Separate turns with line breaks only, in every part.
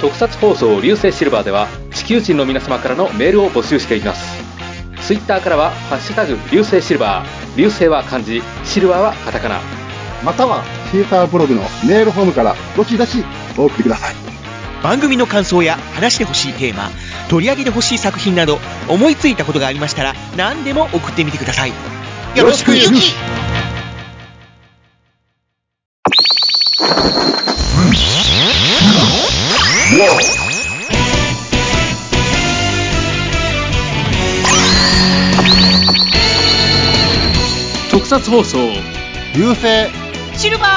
特撮放送流星シルバーでは地球人の皆様からのメールを募集していますツイッターからは「ハッシュタグ流星シルバー」流星は漢字シルバーはカタカナ
またはシーターブログのメールフォームからどしどしお送りください
番組の感想や話してほしいテーマ取り上げてほしい作品など思いついたことがありましたら何でも送ってみてくださいよろしくゆき
特撮放送
流星
シルバー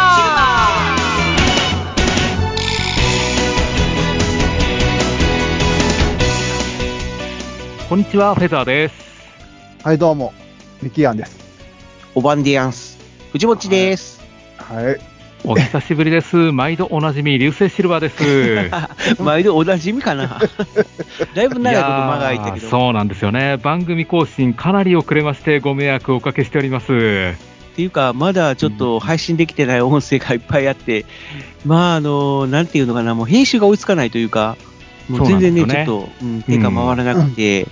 こんにちは、フェザーです。
はいどうもミキアンです
おばんでやんす藤持 です
はい
お久しぶ りです。毎度おなじみ、流星シルバー です。
毎度おなじみか なだいぶ長いこと間が空いたけ
いやー
ど
そうなんですよね。番組更新かなり遅れまして、ご迷惑をおかけしております。
っていうか、まだちょっと配信できてない音声がいっぱいあって、まあ、あの、なんていうのかな、もう編集が追いつかないというか、もう全然ね、
そうなんです
ち
よ
ょっと、うん、手が回らなくて、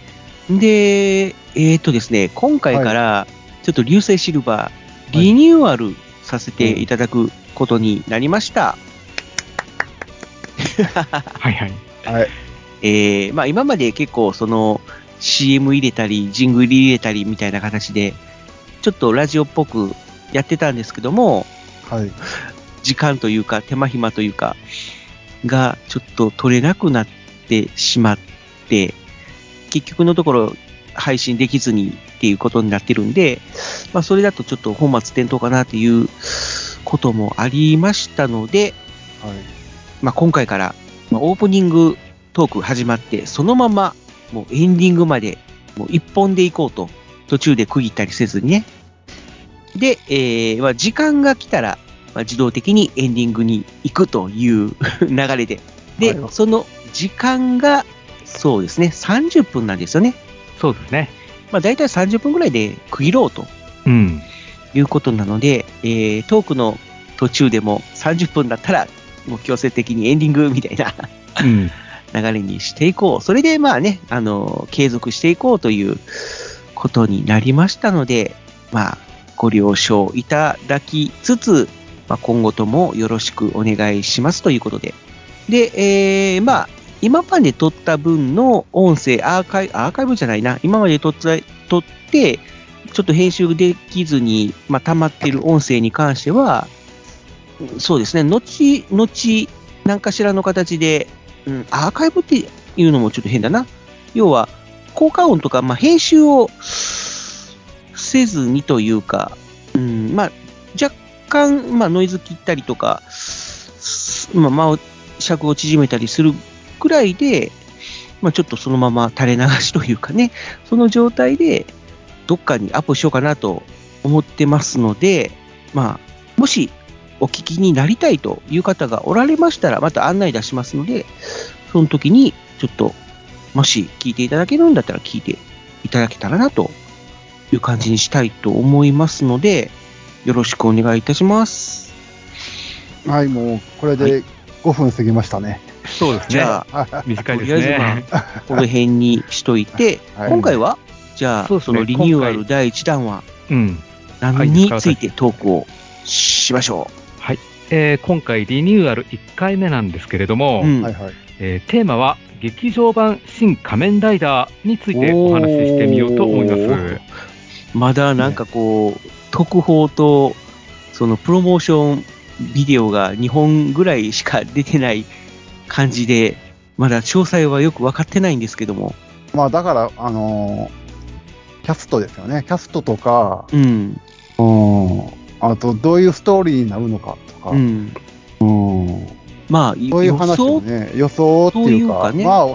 で、えーっとですね、今回から、ちょっと流星シルバー、リニューアルさせていただくことになりました。
はいはい。
はい
えーまあ、今まで結構その CM 入れたり、ジングル入れたりみたいな形で、ちょっとラジオっぽくやってたんですけども、
はい
時間というか手間暇というかがちょっと取れなくなってしまって結局のところ配信できずにっていうことになってるんで、まあ、それだとちょっと本末転倒かなっていうこともありましたので、
はい
まあ、今回からまあオープニングトーク始まってそのままもうエンディングまでもう一本で行こうと途中で区切ったりせずにねで、えーまあ、時間が来たらまあ、自動的にエンディングに行くという 流れで。で、
はい
その時間が、そうですね、30分なんですよね。
そうですね。
まあ、大体30分ぐらいで区切ろうと
うん。
いうことなので、えートークの途中でも30分だったら、もう強制的にエンディングみたいな
うん。
流れにしていこう。それで、まあね、あのー、継続していこうということになりましたので、まあ、ご了承いただきつつ、まあ、今後ともよろしくお願いしますということで。で、えーまあ、今まで撮った分の音声、アーカイアーカイブじゃないな、今まで撮った撮って、ちょっと編集できずに、まあ、溜まってる音声に関しては、うんそうですね、後、後、何かしらの形で、うん、アーカイブっていうのもちょっと変だな。要は、効果音とか、まあ、編集をせずにというか、うん、まあ、若干、まあ、ノイズ切ったりとか、まあ、間を、尺を縮めたりするくらいで、まあ、ちょっとそのまま垂れ流しというかね、その状態で、どっかにアップしようかなと思ってますので、まあ、もし、お聞きになりたいという方がおられましたら、また案内出しますので、その時に、ちょっと、もし聞いていただけるんだったら聞いていただけたらなという感じにしたいと思いますので、よろしくお願いいたします。
はいもうこれ
は
で5分過ぎましたね
そうです
じ
ね。
ゃあ、
短いですね。
この辺にしといて、
はい
今回は、じゃあ、
そう
そ
ですね
のリニューアル第1弾は
うん。
何についてトークをしましょ
えー今回リニューアル1回目なんですけれども、
う。うん
はいはい
えーテーマは劇場版新仮面ライダーについてお話ししてみようと思いま
おー
す。
まだなんかこう、特報と、そのプロモーションビデオが2本ぐらいしか出てない感じで、まだ詳細はよく分かってないんですけども。
まあだからあのーキャストですよねキャストとか
うん。
うんあとどういうストーリーになるのかとか、
うん。
うん
まあ、
そういう
予
話を
想
ね、予想っていうか、
そういうかね
まあ、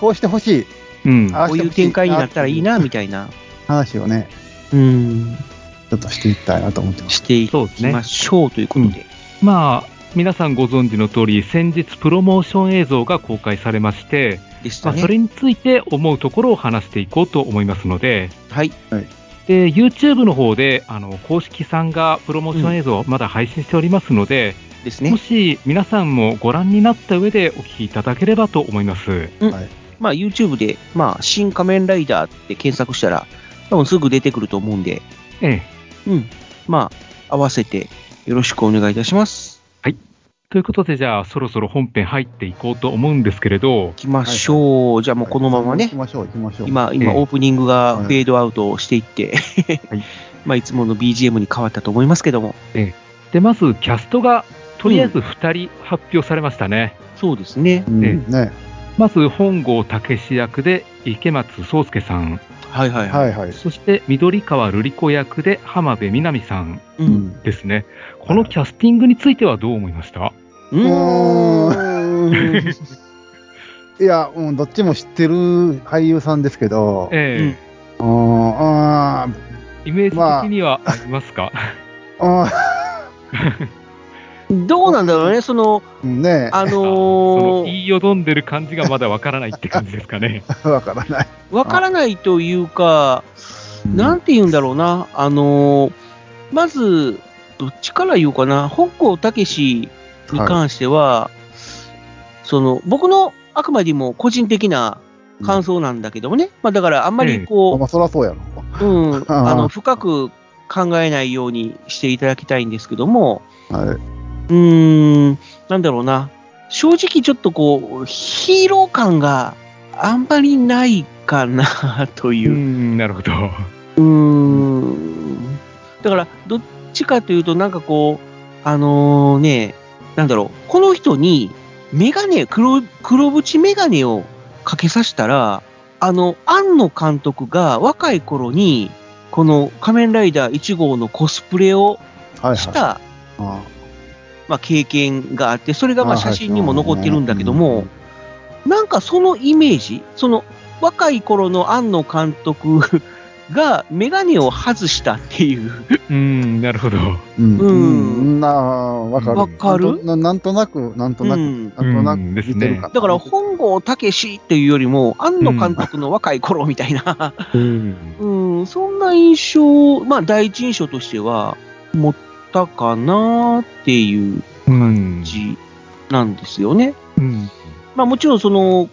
こうしてほしい
うん。
あ
こういう展開になったらいいな、みたいな。
話をね、
うん。
ちょっとしていきたいなと思ってます。
してい
そうです
き
ね
ましょうということで。
まあ、皆さんご存知の通り、先日プロモーション映像が公開されまして、
でし
ま
た
あ、
ね。
それについて思うところを話していこうと思いますので、
はい。
で YouTube の方であの公式さんがプロモーション映像をまだ配信しておりますので、
です
も
ね。
し皆さんもご覧になった上でお聞きいただければと思います。
うん
はい
まあ、YouTube で、まあ、新仮面ライダーって検索したら、多分すぐ出てくると思うんで、
ええ。
うん。まあ、合わせてよろしくお願いいたします。
ということで、じゃあそろそろ本編入っていこうと思うんですけれど
行、きましょう。じゃあもうこのままね
行き、ましょう、行きましょう。
今、今、
ええ
オープニングが
はい
フェードアウトしていって、
はい
まあ、いつもの BGM に変わったと思いますけども、
で、まずキャストがとりあえず2人発表されましたね。
そうですね。
うん、
ええ
ね、
まず本郷武史役で池松壮亮さん、
はいはいはい。
はいはい。
そして緑川瑠璃子役で浜辺美波さん
う。
うんん。
ですね。このキャスティングについてはどう思いました
うー ん。
いや、うん、どっちも知ってる俳優さんですけど、
え
うん、あー
えイメージ的にはありますか、
あ
どうなんだろうね、その、
ー、うんね
あ
そ
の
の
ー
言いよどんでる感じがまだわからないって感じですか ね。
わからない。
わからないというか、
うん
なんて言うんだろうな、あのーまず、どっちから言うかな、北光武史に関しては、その、僕のあくまでも個人的な感想なんだけどもね、まあだからあんまり
あ
こ
まあ、そらそうやろ。
う、うん、
あ
あの、深く考えないようにしていただきたいんですけども、
はい。
うーん、なんだろうな、正直ちょっとこう、ヒーロー感があんまりないかなというう。
ん、 なるほど。
うーん。だから、どっちかというと、なんかこう、あのね、なんだろう、この人に、メガネ、黒、黒縁メガネをかけさせたら、あの、庵野監督が若い頃に、この仮面ライダー1号のコスプレを
はい、はい。
した、
あ
まあ、経験があって、それがまあ
あはい
写真にも残ってるんだけども、なんかそのイメージ、その若い頃の庵野監督がメガネを外したっていう、
うん、なるほど。
うん。
う
うんん。うん、なあ、わかる。
わかる
ななんとなく、なんとな
う
く、
ん
なんと
うん
な
で
く
すね
似てるかな。
だから本郷武史っていうよりも、庵野監督の若い頃みたいな、
うん。
うん、そんな印象、まあ第一印象としては持ったかなっていう
うん
感。じなんですよね。
うん。
まあもちろんその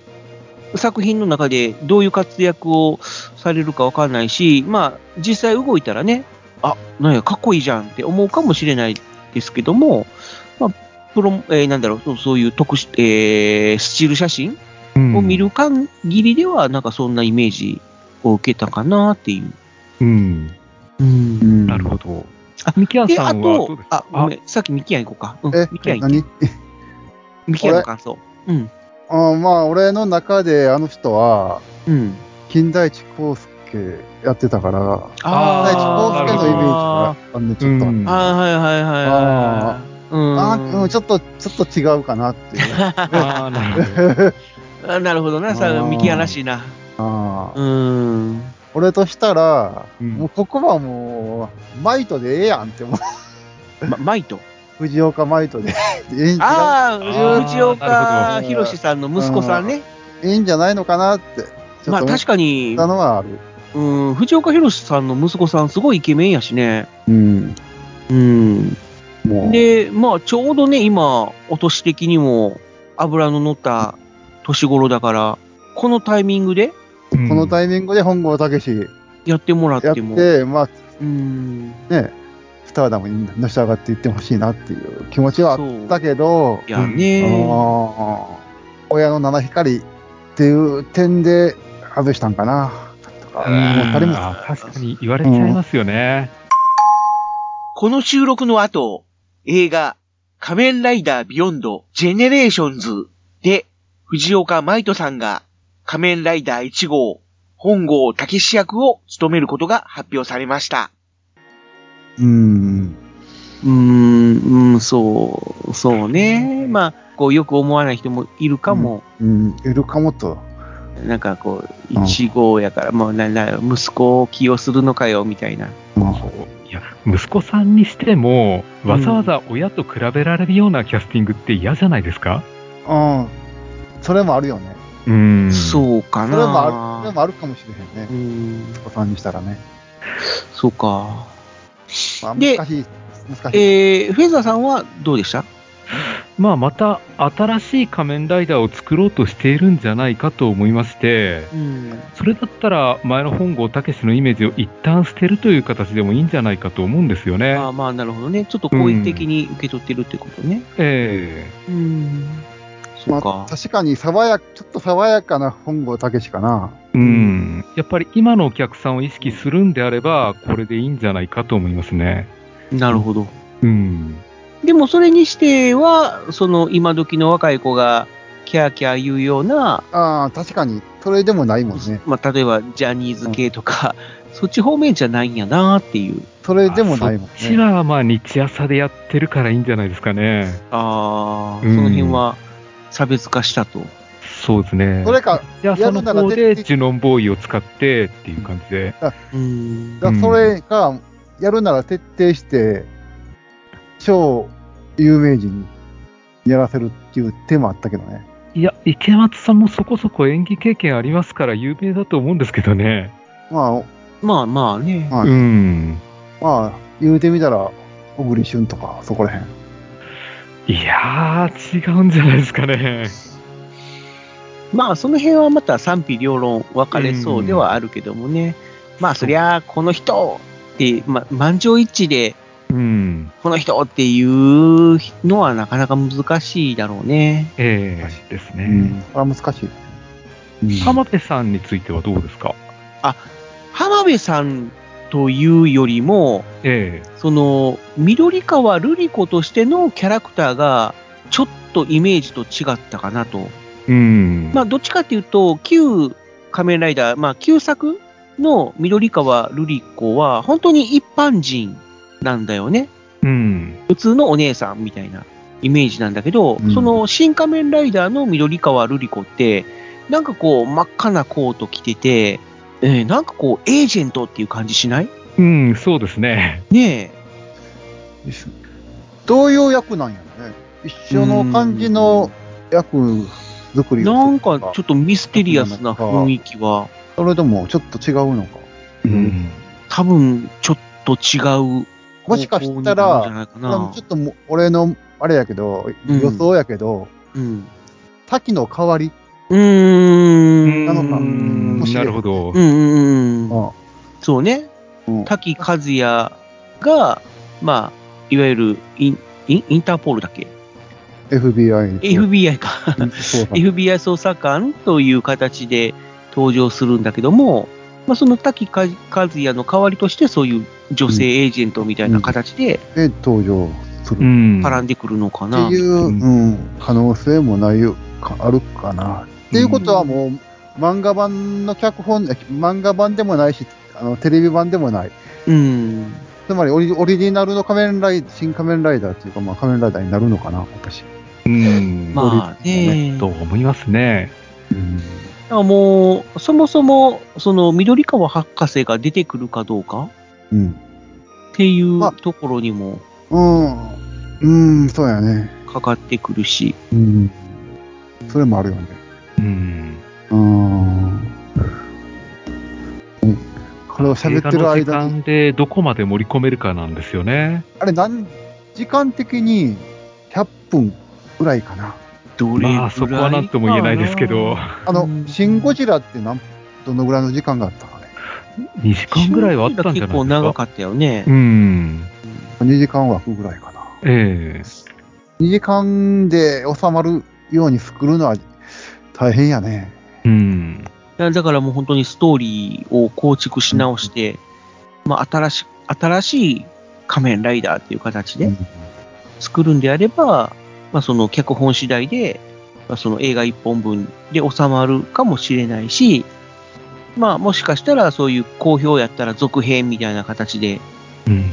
作品の中でどういう活躍をされるかわかんないし、まあ実際動いたらね、あ、なんや、かっこいいじゃんって思うかもしれないですけども、まあ、プロ、えーなんだろう、そうそういう特殊、えースチール写真を見る限りでは、なんかそんなイメージを受けたかなっていう。
うん。
う
う
ん
ん。
なるほど。
あ
ミキア
で、あ
さんはどう
と
です、
あ
か、
ごめん、さっきミキアン行こうか。う ん
え、
ミキアン行け、
何
ミキアンの感想。うん、
あまあ、俺の中であの人は、
うん。
金田一耕助やってやってたから、金田一
あー
耕助のイメージがあんね、ちょっとあって。
うん
はいはいはいはい。うん
あーうん、ちょっと、ちょっと違うかなっていう。
ああ、なるほど。
あなるほどな、さ
あー
ミキアらしいな。
あ
う
ー
ーん。
俺としたら、
うん
もうここはもう、マイトでええやんって思う。
ま、マイト。
藤岡マイトで ええんちゃ
あ
あ
あ、
ー
藤岡弘さんの息子さんね。
うええんじゃないのかなって、ちょ
ま
っ
あ
と思っ
確かに
た、のはある。
うん、藤岡弘さんの息子さん、すごいイケメンやしね。
うん。
うん。
もう。
で、まあちょうどね、今、お年的にも脂の乗った年頃だから、このタイミングで
この
イ
タイミングで本郷武史
やってもらっ
やって
も。
て、まあ
うん。
ね、スターダムにのし上がっていってほしいなっていう気持ちはあ
そう
ったけど、
いや
あ
ね。
の親の七光っていう点で外したんかな。とか思ったりも
確かに言われちゃいますよね。
この収録の後、映画、仮面ライダービヨンド、ジェネレーションズで、藤岡舞人さんが、仮面ライダー1号、本郷武史役を務めることが発表されました。
うん。
うーん、うん、そう、そうね。まあ、こう、よく思わない人もいるかも。
うん。いるかもと。
なんかこう、
うん
一号やから、もうな、な、息子を起用するのかよ、みたいな。
うん
いや、息子さんにしても、わざわざ親と比べられるようなキャスティングって嫌じゃないですか
うん。それもあるよね。
うん。う。
そうか
それもある、
な。
それもあるかもしれへん
う
ね。
ん、
お子さんにしたらね。
そうか。
まあ
で
難しい。難しい。
えー、フェザーさんはどうでした
まあ、また新しい仮面ライダーを作ろうとしているんじゃないかと思いまして、
うん。
それだったら前の本郷武史のイメージを一旦捨てるという形でもいいんじゃないかと思うんですよね。
ああまあ、なるほどね。ちょっと好意的に受け取ってるってことね。
え
うん。そ
ま
う
あ
か、。
確かに爽や、ちょっと爽やかな本郷武史かな。
えうん。やっぱり今のお客さんを意識するんであれば、これでいいんじゃないかと思いますね。
なるほど。
うん。
でも、それにしては、その、今時の若い子が、キャーキャー言うような、
ああ、確かに、それでもないもんね。
まあ、例えば、ジャニーズ系とか、そっち方面じゃないんやなっていう。
それでもないもん
あそっち
ね。
はまあ日朝でやってるからいいんじゃないですかね。
ああ、そ
うん
の辺は差別化したと。
そうですね。
それか、
じゃあ
や
そ
る
の
なら
方
徹
で
底
ジュノンボーイを使ってっていう感じで。
うん
だ
うん
それが、やるなら徹底して、超有名人にやらせるっていう手もあったけどね。
いや、池松さんもそこそこ演技経験ありますから有名だと思うんですけどね。
まあ、
まあまあね。
はい
うん。
まあ、言うてみたら、小栗旬とか、そこら辺。
いやー、違うんじゃないですかね。
まあ、その辺はまた賛否両論分かれそうではあるけどもね。まあ、そりゃ、この人って、ま、満場一致で、
うん。
この人っていうのはなかなか難しいだろうね。
ええですね。
これは難しい。
浜辺さんについてはどうですか
浜辺さんというよりも、
え
その、緑川瑠璃子としてのキャラクターが、ちょっとイメージと違ったかなと。
えうん。
まあ、どっちかっていうと、旧仮面ライダー、まあ、旧作の緑川瑠璃子は、本当に一般人なんだよね。
うん。
普通のお姉さんみたいなイメージなんだけど、
うん
その新仮面ライダーの緑川瑠璃子って、なんかこう、真っ赤なコート着てて、えーなんかこう、エージェントっていう感じしない
うん、そうですね。
ねえ。
どういう役なんやろね。一緒の感じの役作りを
なん
する
かちょっとミステリアスな雰囲気は、
それともちょっと違うのか。
うん。
多分ちょっと違う。
もしかした
方
ら、
向に行くんじゃ
あ
ない
の
か
ちょ
な
っともう俺のあれやけど、
うん
予想やけど、
うん。
滝の代わり、
うーん。
なのか
うん
もし
なるほど。
うんうんうん。
あ
そうね。
うん
滝和也が、まあ、いわゆるインインインターポールだっけ
FBI に。
?FBI か。
そうだ
FBI 捜査官という形で登場するんだけども、まあ、その滝和也の代わりとして、そういう女性エージェントみたいな形で
で登場す
う
る。
ん。
絡んでくるのかな。
っていう、
う
うん可能性もないよかあるかな。っていうことはもう、漫画版の脚本、え漫画版でもないし、あのテレビ版でもない。
うん。
つまりオリオリジナルの仮面ライダー、新仮面ライダーというか、まあ、仮面ライダーになるのかな、私。
うん。
まあね。
と思いますね。
うん、
だからもう、そもそも、その、緑川博士が出てくるかどうか
うん。
っていう
まあ
ところにも
うん、うん、そうやね。
かかってくるし、
うん。それもあるよね。
うん。
うん。これを喋ってる
映画の
間
時
に、
間でどこまで盛り込めるかなんですよね。
あれ何、時間的に100分ぐらいかな。
どれぐらいかな
まあそこは何とも言えないですけ ど、
あの、
うん
シン・ゴジラって何、どのぐらいの時間があったかね。
2時間ぐらいはあったんじゃないですか。
結構長かったよね
う。ん。
2時間枠ぐらいかな。
ええ
2時間で収まるように作るのは大変やね。
うん。
だだからもう本当にストーリーを構築し直して、まあ新し、新しい仮面ライダーっていう形
う
で
ん
作るんであれば、まあその脚本次第で、まあその映画一本分で収まるかもしれないし、まあもしかしたらそういう好評やったら続編みたいな形で、
うん。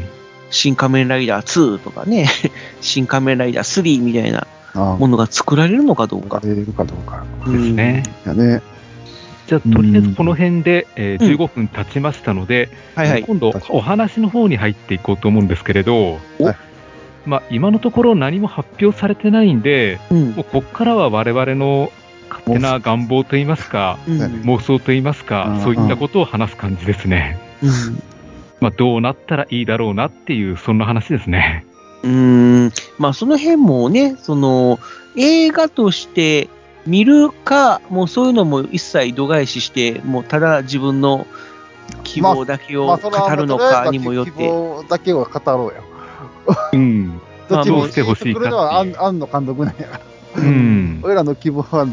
新仮面ライダー2とかね、 新仮面ライダー3みたいな
ああ、
ものが作られるのかどうか。
れるかどうか。
ですね。
やね。
じゃあ、とりあえずこの辺で、えー15分経ちましたので、
うん。はいはい。
今度、お話の方に入っていこうと思うんですけれど、
お
まあ、今のところ何も発表されてないんで、
うん
もうここからは我々の勝手な願望といいますか、
うん。
妄想といいます
う
か
ん、
そういったことを話す感じですね。
うん
まあ、どうなったらいいだろうなっていう、そんな話ですね。
うーん、まあその辺もね、その映画として見るか、もうそういうのも一切度外視して、もうただ自分の希望だけを語るのかにもよっ
希
て、
望だけは語ろうよ。
うん。
どっち
まあど
も
うしてほしいかっていう
来るのはあんあんの監督なんやから。
うん。
俺らの希望は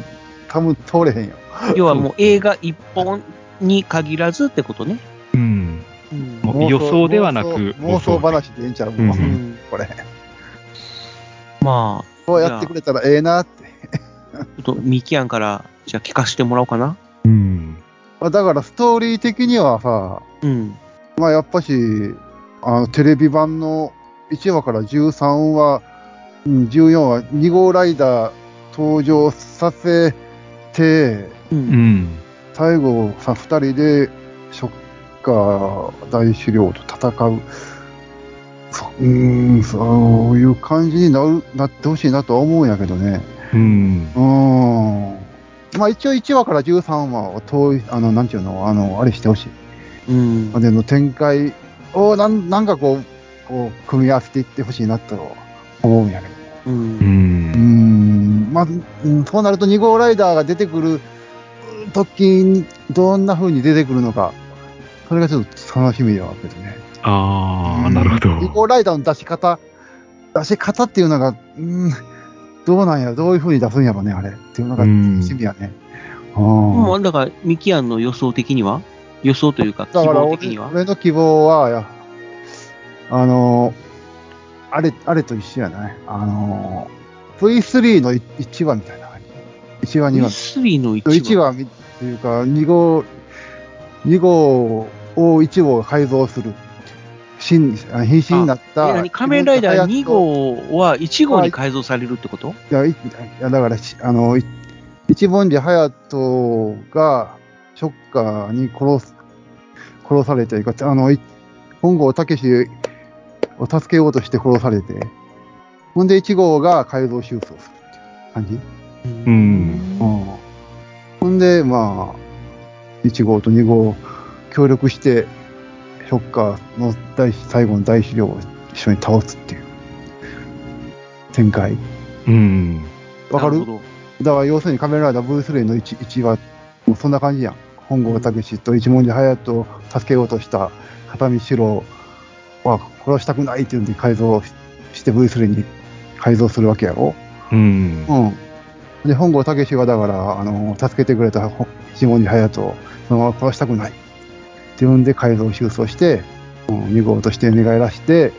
多分通れへんよ。
要はもう映画一本に限らずってことね。
うん。
うん
も予想ではなく
妄想妄想話でええんちゃう、
うん
うん
これ。
まあ、
こうやってくれたらええなって。
ちょっとミキアンから、じゃあ聞かせてもらおうかな。
うん。
まあだからストーリー的にはさ、
うん。
まあやっぱし、あのテレビ版の1話から13話、うん、14話、2号ライダー登場させて、
う
う。
んん。
最後さ、2人でショッカー大狩猟と戦う。そうーん、そういう感じになるなってほしいなとは思うんやけどね。
うん
う。ーん。まあ一応1話から13話を通り、あの、なんていうの、あの、あれしてほしい。
うん
ま。での展開をなんなんかこうこう組み合わせていってほしいなと思うんやけど
う。
うん
うー
ん。
んまあうんそうなると2号ライダーが出てくるうん時にどんな風に出てくるのかそれがちょっと楽しみではあるけどね
ああ、なるほど。
2号ライダーの出し方出し方っていうのがうんどうなんやどういう風に出すんやろねあれっていうのが
うん
楽しみやね、あー
もうだから、ミキアンの予想的には予想というか、希
だから
望
俺
的には
俺の希望は、やあのーあれ、あれと一緒やない。あのー、V3 の1話みたいな感じ。1話、2話。
V3 の
1
1話。
話みっていうか、2号、2号を1号改造する。新、あ品種になった。
え何仮面ライダー2
い
号は1号に改造されるってこと
や、いいやだからし、あの、い一文字隼人が、ショッカーに殺す、殺されて、あの、い本郷武史を助けようとして殺されて、ほんで1号が改造手術をするっていう感じ。
う
うん
ん。
うんほんで、まあ、1号と2号協力して、ショッカーの大最後の大資料を一緒に倒すっていう展開。
うん。
わか
な
る
ほど
だから要するに仮面ライダー V3 の 1, 1はもうそんな感じやん。本郷武史と一文字隼人を助けようとした片見四郎は殺したくないっていうんで改造しして V3 に改造するわけやろ。
うん。
うん。で、本郷武史はだから、あの、助けてくれたほ一文字隼人をそのまま殺したくない。っていうんで改造修装して、うん、2号として願い出して、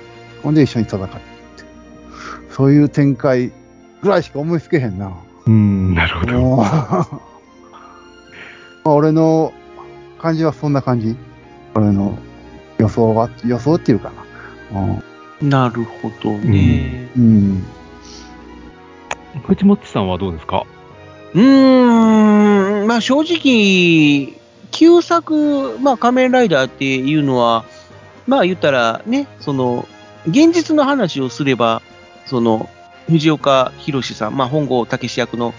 ほんで一緒に戦うっていう。そういう展開ぐらいしか思いつけへんな。
うん。なるほど。
もうまあ俺の感じはそんな感じ。俺の予想は、予想っていうかな。
なるほどね。
うん。うん、
藤本さんはどうですか
うーん、まあ正直、旧作、まあ仮面ライダーっていうのは、まあ言ったらね、その、現実の話をすれば、その、藤岡弘さん、まあ本郷武史役の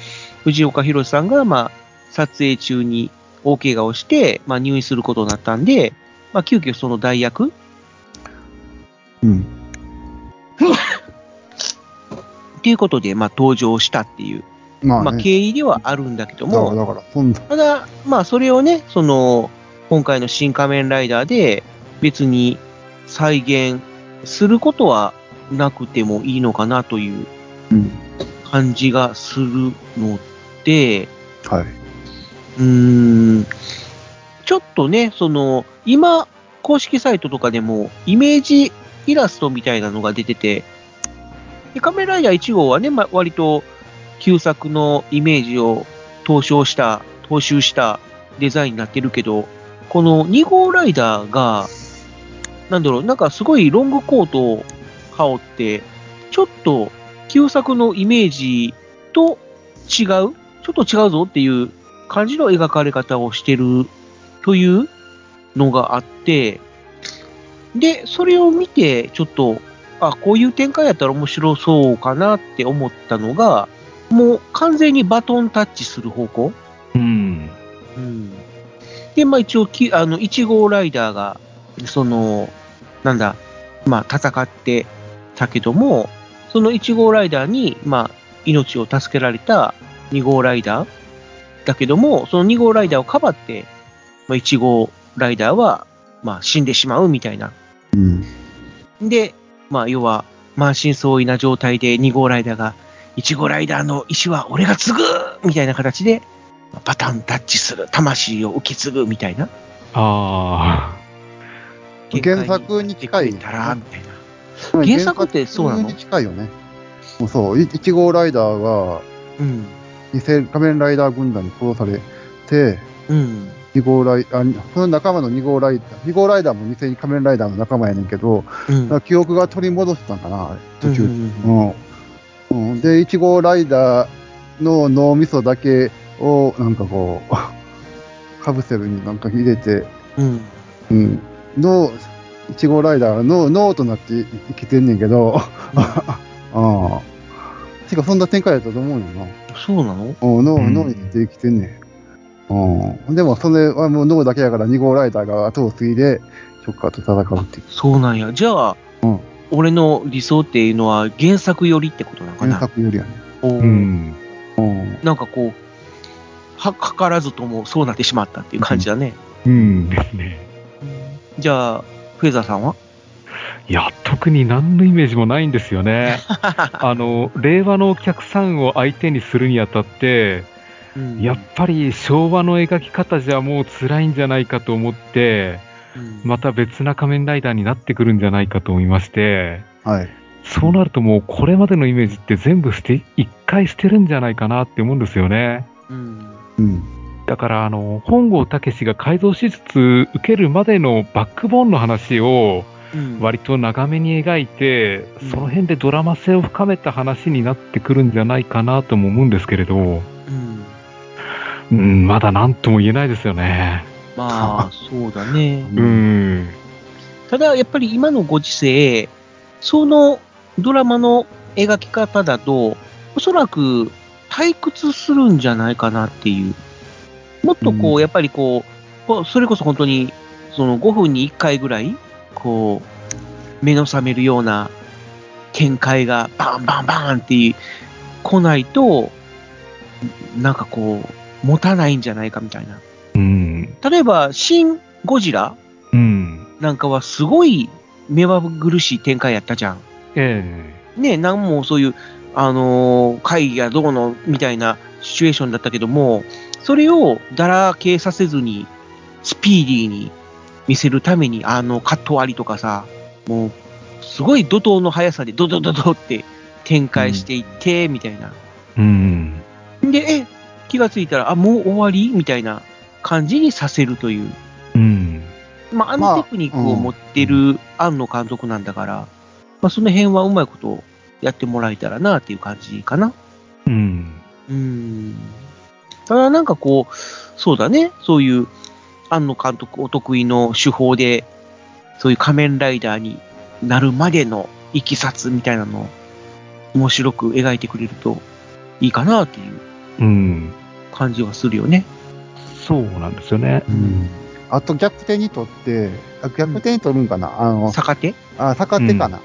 藤岡弘さんが、まあ撮影中に大怪我をして、まあ入院することになったんで、まあ急遽その代役
うん。
っていうことで、まあ登場したっていう、
まあ、ね、
まあ経緯ではあるんだけど
だか
も
ら、、だから、そんな、
ただ、まあ、それをね、その、今回の新仮面ライダーで、別に再現することはなくてもいいのかなという
うん。
感じがするので、
はい。
うーん、ちょっとね、その、今、公式サイトとかでも、イメージイラストみたいなのが出てて、で仮面ライダー1号はね、ま、割と旧作のイメージを踏襲した、踏襲したデザインになってるけど、この2号ライダーが、なんだろう、なんかすごいロングコートを羽織って、ちょっと旧作のイメージと違う、ちょっと違うぞっていう感じの描かれ方をしてるというのがあって、で、それを見て、ちょっと、あ、こういう展開やったら面白そうかなって思ったのが、もう完全にバトンタッチする方向。
うん。
で、まあ一応き、あの、1号ライダーが、その、なんだ、まあ戦って、たけども、その1号ライダーに、まあ、命を助けられた2号ライダーだけども、その2号ライダーをかばって、まあ、1号ライダーは、まあ、死んでしまうみたいな。
うん。
で、まあ、要は、満身創痍な状態で2号ライダーが、1号ライダーの意志は俺が継ぐみたいな形で、まあパタンタッチする、魂を受け継ぐみたいな。
あ
原作に近い
展開になってくれたら、みたいな。原作ってそうなの
原作に近いよね。もうそう、い1号ライダーが
うん。
偽仮面ライダー軍団に殺されて、
うん。
2号ライあその仲間の2号ライダー、2号ライダーも偽仮面ライダーの仲間やねんけど、
うん。
記憶が取り戻したんかな、途中
う
で
ん
うんうん、で、1号ライダーの脳みそだけを、なんかこう、 カプセルになんか入れて、
うん。
うん、の、1号ライダーの脳となって生きてんねんけど、 ああ。てか、そんな展開やったと思うよな。
そうなの
うん脳、
うん
脳に生きてんねん。うん、でも、それはもう脳だけやから、2号ライダーが後を継いで、ショッカーと戦うっていう。
そうなんや。じゃあ、
うん
俺の理想っていうのは原作よりってことなのか
原
な
作よりやね。
お
あ。
ー
うん。
うん
なんかこう、はかからずともそうなってしまったっていう感じだね。
うんですね。
じゃあ、フェザーさんはい
や、特に何のイメージもないんですよね。あの、令和のお客さんを相手にするにあたって、
うん
やっぱり昭和の描き方じゃもう辛いんじゃないかと思って、
うん
また別な仮面ライダーになってくるんじゃないかと思いまして、
はい。
そうなるともうこれまでのイメージって全部捨て、一回捨てるんじゃないかなって思うんですよね。
うん
うん。
だから、あの、本郷武が改造手術受けるまでのバックボーンの話を
うん
割と長めに描いて
うん、
その辺でドラマ性を深めた話になってくるんじゃないかなとも思うんですけれど、
うん
うん、まだ何とも言えないですよね。
まあ、そうだね。
うん。
ただ、やっぱり今のご時世、そのドラマの描き方だと、おそらく退屈するんじゃないかなっていう。もっとこう、
うん
やっぱりこうこう、それこそ本当に、その5分に1回ぐらい、こう、目の覚めるような見解がバンバンバンって来ないと、なんかこう、持たないんじゃないかみたいな。
うん。
例えば、シン・ゴジラ
うん。
なんかはすごい目まぐるしい展開やったじゃん。
え
ね、なんもそういう、あのー会議がどうのみたいなシチュエーションだったけども、それをだらけさせずに、スピーディーに見せるために、あの、カット割りとかさ、もう、すごい怒涛の速さでドドドドって展開していって、みたいな。
えうん。
で、え、気がついたら、あ、もう終わりみたいな感じにさせるという。
うん。
まあ、あ
まあ
のテクニックを持ってる庵野監督なんだから、まあ、その辺はうまいことやってもらえたらなっていう感じかな。
うん。
うん。ただなんかこう、そうだね、そういう庵野監督お得意の手法で、そういう仮面ライダーになるまでのいきさつみたいなのを面白く描いてくれるといいかなっていう
うん。
感じはするよね。
そうなんですよね。
うん。あと、逆手にとって、あ逆手に取るんかな、あの、
逆手
あ、逆手かな、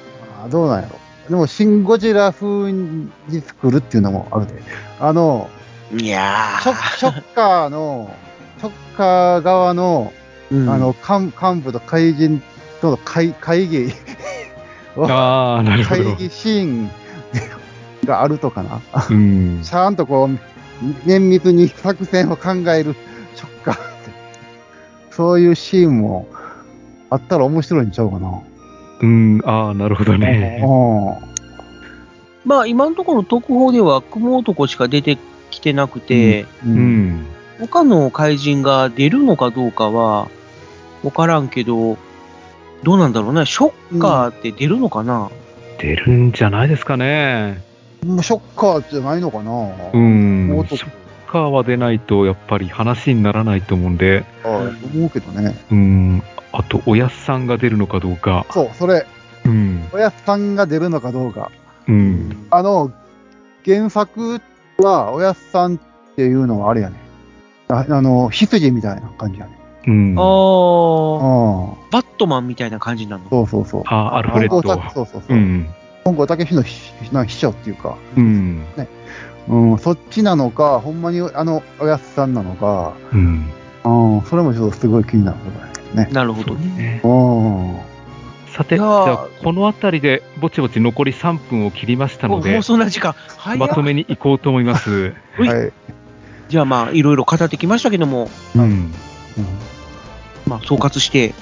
あどうなんやろ。でも、シン・ゴジラ風に作るっていうのもあるで。あの、
いや
ショ
ー。
ショッカーの、ショッカー側の、
うん
あの、幹幹部と怪人との会会議を、
ああ、なるほ
会
ど。
議シーン があるとかな。
うん。
ちゃんとこう、綿密に作戦を考えるショッカーって、そういうシーンもあったら面白いんちゃうかな。
うん。ああ、なるほどね。
う。
まあ今のところ特報では雲男しか出てきてなくて、
うんん。
他の怪人が出るのかどうかは分からんけど、どうなんだろうね。ショッカーって出るのかな、
出るんじゃないですかね。
もうショッカーじゃないのかな。
う
も
ん
う。ちょっ
ショッカーは出ないと、やっぱり話にならないと思うんで、
とはい思うけどね。
うん。あと、おやっさんが出るのかどうか。
そう、それ、
うん。
おやすさんが出るのかどうか。
うん。
あの、原作は、おやすさんっていうのはあれやね。ああの、羊みたいな感じやね。
うん。
あ
あ
う
ー、
ん。
バットマンみたいな感じなの
そうそうそう。
あー、アルフレッ
あ
ド。
そうそうそうう。
ん。
本郷武の秘な秘書っていうか、
うん。
うん、そっちなのか、ほんまにあのおやすさんなのか、
うん。
うん、それもちょっとすごい気になることだよね。
なるほどね。
ね
うん。
さて、
い
じ
や
ゃ
ー
あ、この辺りでぼちぼち残り3分を切りましたので
もう、そんな時間。早い
まとめに行こうと思います。
うい
はい。
じゃあまあ、いろいろ語ってきましたけども、
うん。
うん
まあ、総括して、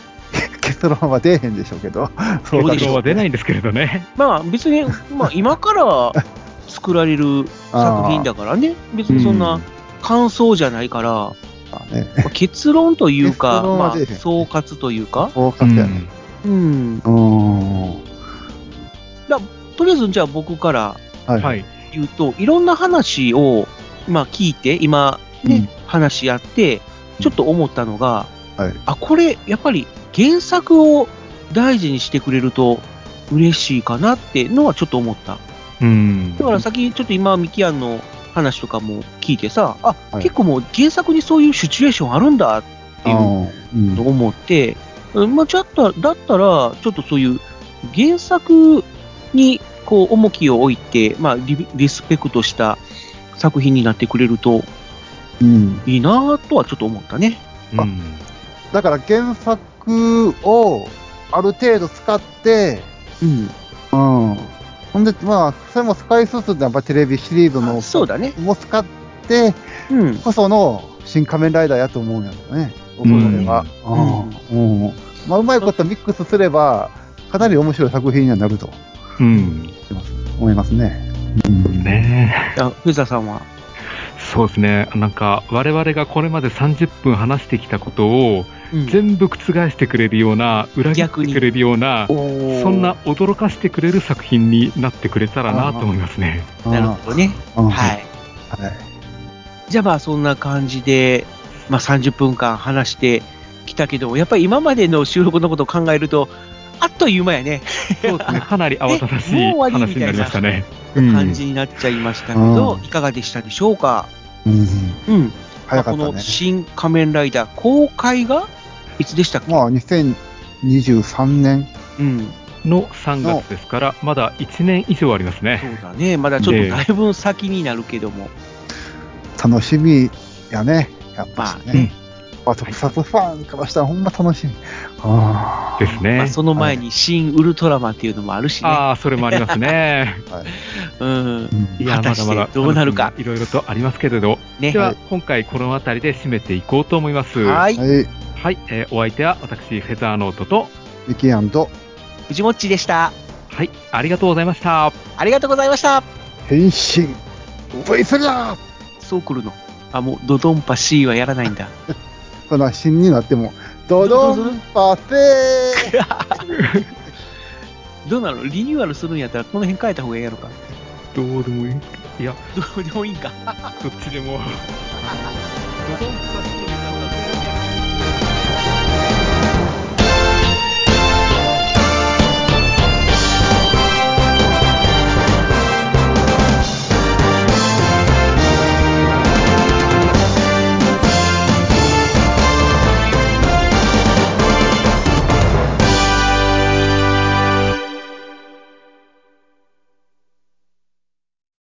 結論は出えへんでしょうけど、そ
どう
結
でしょう
論は出ないんですけれどね。
まあ、別に、まあ、今から作られる作品 だからね、別にそんな感想じゃないから、ま
からね、
あ結論というか、
結論は
まあ
出えへん、
総括というか、
フォー
う
カスやね
ん。。
うん。
うん。
とりあえず、じゃあ僕から
は
はい。
い。
言うと、いろんな話を、まあ、聞いて、今、ね、話し合って、ちょっと思ったのが、
はい
あ、これ、やっぱり原作を大事にしてくれると嬉しいかなってのはちょっと思った。
うん。
だから先、ちょっと今、ミキアンの話とかも聞いてさ、あ、
はい
結構もう原作にそういうシチュエーションあるんだっていうの
うん。
を思って、うんまあ、ちょっと、だったら、ちょっとそういう原作にこう重きを置いて、まあリ、リスペクトした作品になってくれると
うん。
いいなとはちょっと思ったね。
うん。
だから原作をある程度使って、
うん。
うん。ほんで、まあ、それも使いつつ、やっぱテレビシリーズの
そうだね。
も使って
うん。
こその新仮面ライダーやと思うんやけどね、僕
ん
らは。うん。うんまあ、うまいことミックスすれば、かなり面白い作品にはなると
うん。
思いますね。うん。
ね
あフェザーさんは。
えそうですね。なんか、我々がこれまで30分話してきたことを、
うん
全部覆してくれるような、裏切ってくれるような、そんな驚かしてくれる作品になってくれたらなと思います ね。
なるほどね。
ど。
はいい。
はい
じゃあまあそんな感じで、まあ、30分間話してきたけど、やっぱり今までの収録のことを考えると、あっという間やね、
そうですね。かなり慌ただしい
えもう終わり
話になりましたね。うん
感じになっちゃいましたけど、
うん
いかがでしたでしょうか。
うん。
うん。
早かった
まあこの
ね。
新仮面ライダー公開がいつでしたっけ、
まあ、2023年。
うん。
の3月ですから、まだ1年以上あります
そ
ね。
うだね。まだちょっとだいぶ先になるけども。
楽しみやね。やっぱ
まあ
しね。まあ、特撮ファンからしたらほんま楽しみ。あ
です
ま
ね
あ、。その前に新ウルトラマンっていうのもあるしね。
ああ、それもありますね。
あ。はい。
うん
う。ん
いや、
果た
ま
して
だまだ
どうなるか
いろいろとありますけれど。
ね
で。は、
はい
今回この辺りで締めていこうと思います。
は
はい。
い。
はい。
えーお相手は私、フェザーノートと、
ミキアンと
藤もっちでした。
はい、ありがとうございました。
ありがとうございました。
変身 V スラー
そう来るの。あ、もうドドンパ C はやらないんだ。
この新になっても、ドドンパセー
どうなのリニューアルするんやったらこの辺変えた方がいいやろ か。
どうでもいい。いや、
どうでもいいんか。
どっちでも。どうぞ